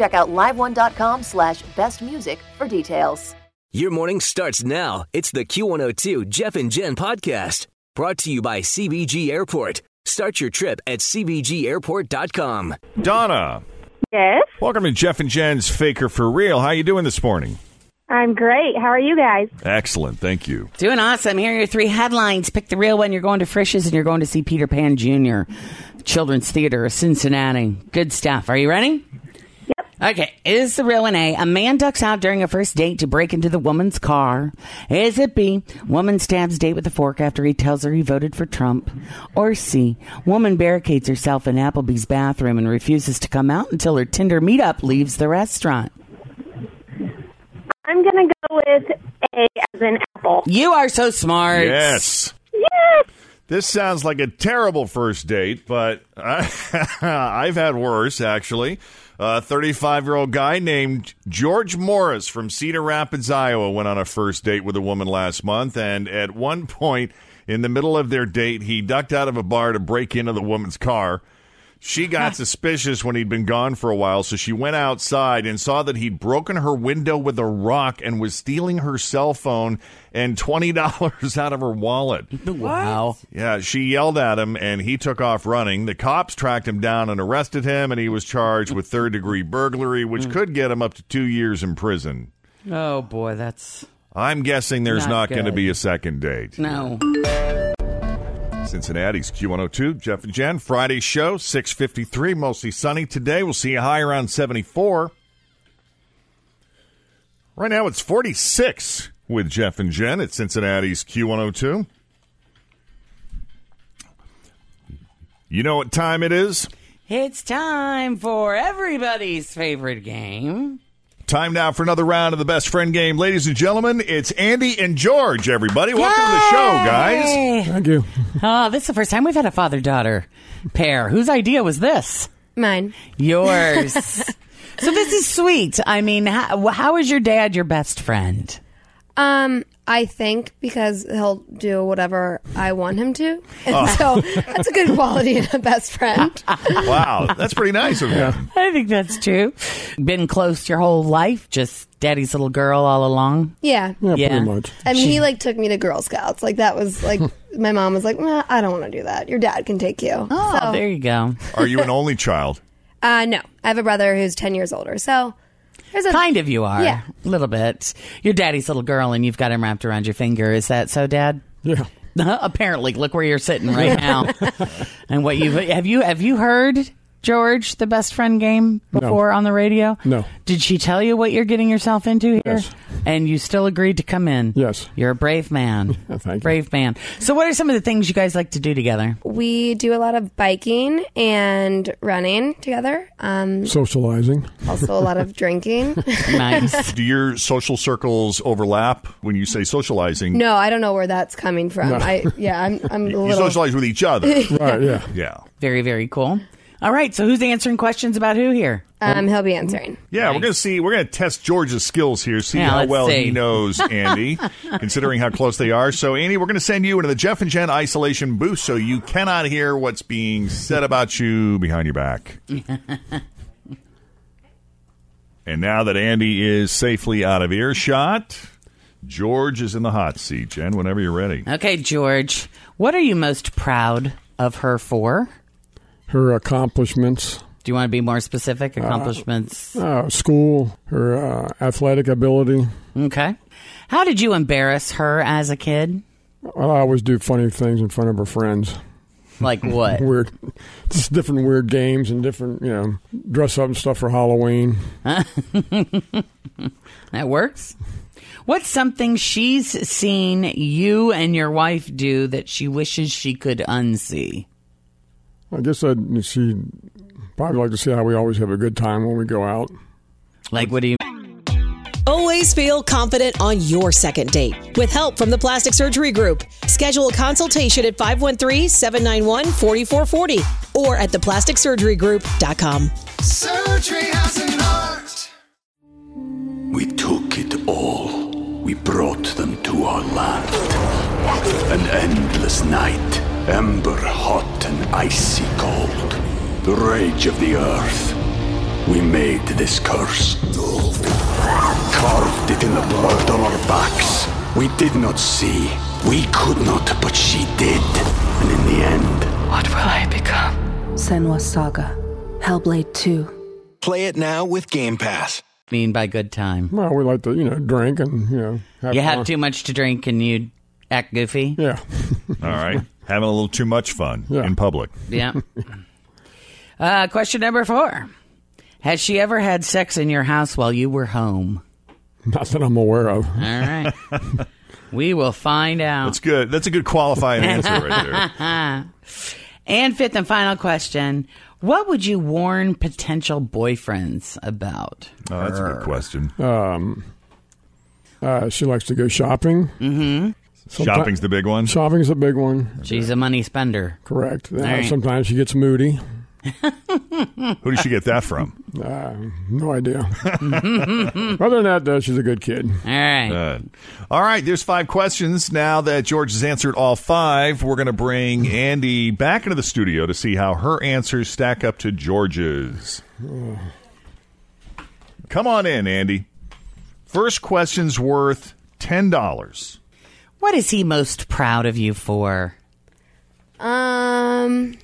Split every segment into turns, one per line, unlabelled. Check out liveone.com slash bestmusic for details.
Your morning starts now. It's the Q102 Jeff and Jen podcast brought to you by CBG Airport. Start your trip at CBGAirport.com.
Donna,
Yes,
welcome to Jeff and Jen's Faker for Real. How you doing this morning?
I'm great. How are you guys?
Excellent, thank you.
Doing awesome. Here are your three headlines. Pick the real one. You're going to Frisch's and you're going to see Peter Pan Jr. Children's Theater, Cincinnati. Good stuff. Are you ready? Yep. Okay. Is the real one A? A man ducks out during a first date to break into the woman's car. Is it B? Woman stabs date with a fork after he tells her he voted for Trump. Or C? Woman barricades herself in Applebee's bathroom and refuses to come out until her Tinder meetup leaves the restaurant.
I'm gonna go with A as an apple.
You are so smart.
Yes.
Yes.
This sounds like a terrible first date, but I, I've had worse, actually. A 35 year old guy named George Morris from Cedar Rapids, Iowa, went on a first date with a woman last month. And at one point in the middle of their date, he ducked out of a bar to break into the woman's car. She got suspicious when he'd been gone for a while, so she went outside and saw that he'd broken her window with a rock and was stealing her cell phone and $20 out of her wallet.
Wow.
Yeah, she yelled at him and he took off running. The cops tracked him down and arrested him, and he was charged with third degree burglary, which could get him up to two years in prison.
Oh, boy. That's.
I'm guessing there's
Not
not, going to
good.
be a second date.
No.
Cincinnati's Q102, Jeff and Jen, Friday show, 653, mostly sunny today. We'll see a high around 74. Right now it's 46 with Jeff and Jen at Cincinnati's Q102. You know what time it is?
It's time for everybody's favorite game.
Time now for another round of the best friend game. Ladies and gentlemen, it's Andy and George, everybody. Welcome to the show, guys.
Thank you. Oh, this is the first time we've had a father daughter pair. Whose idea was this?
Mine.
Yours. so this is sweet. I mean, how, how is your dad your best friend?
Um, I think because he'll do whatever I want him to. And so that's a good quality in a best friend.
Wow, that's pretty nice of you.
I think that's true. Been close your whole life, just daddy's little girl all along.
Yeah.
yeah.
I mean, he like took me to Girl Scouts. Like that was like my mom was like, nah, I don't want to do that. Your dad can take you.
Oh,
so,
there you go.
Are you an only child?
uh, no, I have a brother who's ten years older. So there's a
Kind of you are.
Yeah.
A little bit. You're daddy's little girl and you've got him wrapped around your finger. Is that so, Dad? Yeah. Apparently, look where you're sitting right now. and what you have you have you heard George the best friend game before on the radio?
No.
Did she tell you what you're getting yourself into here?
Yes.
And you still agreed to come in?
Yes.
You're a brave man.
thank you.
Brave man. So what are some of the things you guys like to do together?
we do a lot of biking and running together. Um,
Socializing.
also a lot of drinking.
Nice.
Do your social circles overlap when you say socializing?
no, I don't know where that's coming from. I yeah, I'm I'm a
You
little
socialize with each other.
Right, yeah.
yeah.
very, very cool. All right. So who's answering questions about who here?
Um, he'll be answering.
Yeah, we're gonna see. We're gonna test George's skills here, see
Yeah,
how
let's
well
see.
he knows Andy, considering how close they are. So, Andy, we're gonna send you into the Jeff and Jen isolation booth, so you cannot hear what's being said about you behind your back. and now that Andy is safely out of earshot, George is in the hot seat. Jen, whenever you're ready.
Okay, George. What are you most proud of her for?
Her accomplishments,
Do you want to be more specific? Accomplishments.
uh, school, her uh, athletic ability.
okay. How did you embarrass her as a kid?
Well, I always do funny things in front of her friends.
Like what?
Weird, just different weird games and different, you know, dress up and stuff for Halloween.
That works. What's something she's seen you and your wife do that she wishes she could unsee?
I guess I'd, she'd probably like to see how we always have a good time when we go out.
Like, what do you
Always feel confident on your second date with help from the Plastic Surgery Group. Schedule a consultation at 513 791 4440 or at theplasticsurgerygroup.com.
Surgery has an art.
We took it all. We brought them to our land. An endless night, ember hot and icy cold. The rage of the earth. We made this curse. Carved it in the blood on our backs. We did not see. We could not, but she did. And in the end,
What will I become? Senwa Saga, Hellblade 2.
Play it now with Game Pass.
mean by good time?
Well, we like to, you know, drink and, you know, have
you
fun.
have too much to drink and you act goofy?
Yeah.
All right, having a little too much fun in public.
Yeah. uh, question number four Has she ever had sex in your house while you were home?
Not that I'm aware of.
All right. we will find out. Uh,
That's good. That's a good qualifying answer right there.
and fifth and final question What would you warn potential boyfriends about?
Oh, that's a good question.
Um, uh, she likes to go shopping. Mm-hmm.
Shopping's the big one.
Shopping's the big one.
She's a money spender.
Correct. Uh,
All right.
Sometimes she gets moody.
Who did she get that from?
Uh, no idea. Other than that, though, she's a good kid.
All right.
all right, there's five questions. Now that George has answered all five, we're going to bring Andy back into the studio to see how her answers stack up to George's. Come on in, Andy. First question's worth $10.
What is he most proud of you for?
Um,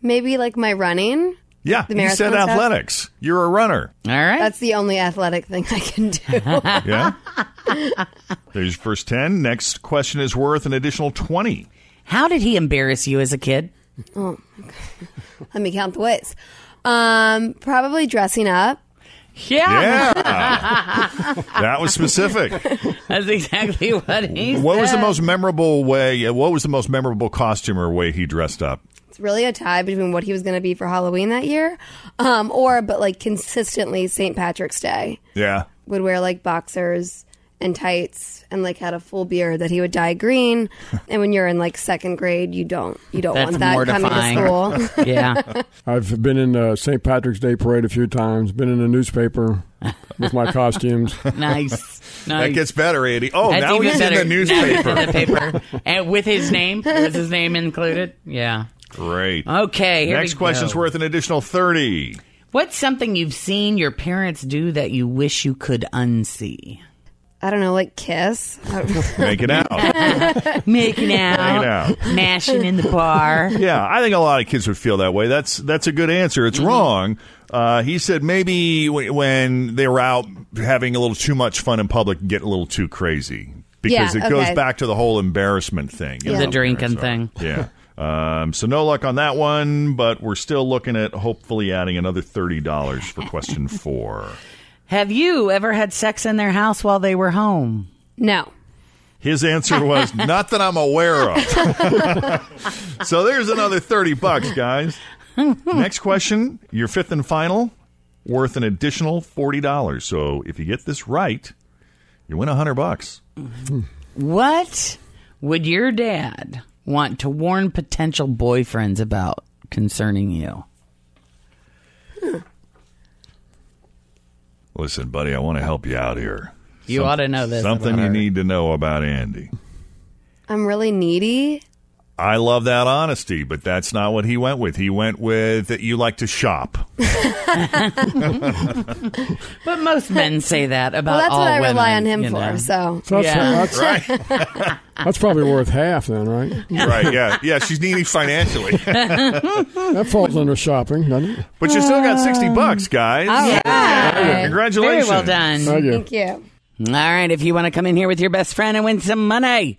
maybe like my running.
Yeah,
The
you said
marathon stuff?
athletics. You're a runner.
All right.
That's the only athletic thing I can do.
Yeah. There's your first 10. Next question is worth an additional 20.
How did he embarrass you as a kid?
Oh, let me count the ways. Um, probably dressing up.
Yeah.
That was specific.
That's exactly what he
What was the
said.
most memorable way? uh, What was the most memorable costume or way he dressed up?
It's really a tie between what he was going to be for Halloween that year, um, or but like consistently St. Patrick's Day
Yeah.
would wear like boxers and tights and like had a full beard that he would dye green. and when you're in like second grade, you don't you don't want that coming to school.
I've been in the St. Patrick's Day parade a few times, been in the newspaper with my costumes.
Nice.
That
Nice.
gets better, Andy. Oh,
That's
now
even
he's
better.
in the
Now he's in
newspaper.
the paper. and with his name, was his name included? Yeah.
Great.
Okay. Oh, Here
Next
we
question's
go.
worth an additional 30.
What's something you've seen your parents do that you wish you could unsee?
I don't know, like kiss.
Make it out.
Making
Make it
out,
out.
mashing in the bar.
Yeah, I think a lot of kids would feel that way. That's that's a good answer.
Mm-hmm.
It's wrong. Uh, he said maybe w- when they were out having a little too much fun in public, and get a little too crazy because
Yeah,
it goes
okay.
back to the whole embarrassment thing. you
The
know?
drinking
So,
thing.
Yeah. Um, so no luck on that one, but we're still looking at hopefully adding another thirty dollars for question four.
Have you ever had sex in their house while they were home?
No.
His answer was not that I'm aware of. so there's another 30 bucks, guys. Next question, your fifth and final, worth an additional $40. So if you get this right, you win 100 bucks.
What would your dad want to warn potential boyfriends about concerning you?
Listen, buddy, I want to help you out here.
You ought to know this
Something
about
you
her."
need to know about Andy.
I'm really needy.
I love that honesty, but that's not what he went with. He went with that you like to shop.
But most men say that about
well, that's
all
what I
women,
rely on him
you
for.
know.
So
So that's-
Yeah.
that's, that's probably worth half then, right?
right, yeah. Yeah, she's needy financially.
that falls under shopping, doesn't it?
But you still got 60 bucks, guys.
All right.
Yeah, Congratulations.
Very well done.
Thank you.
Thank you.
All right, if you want to come in here with your best friend and win some money,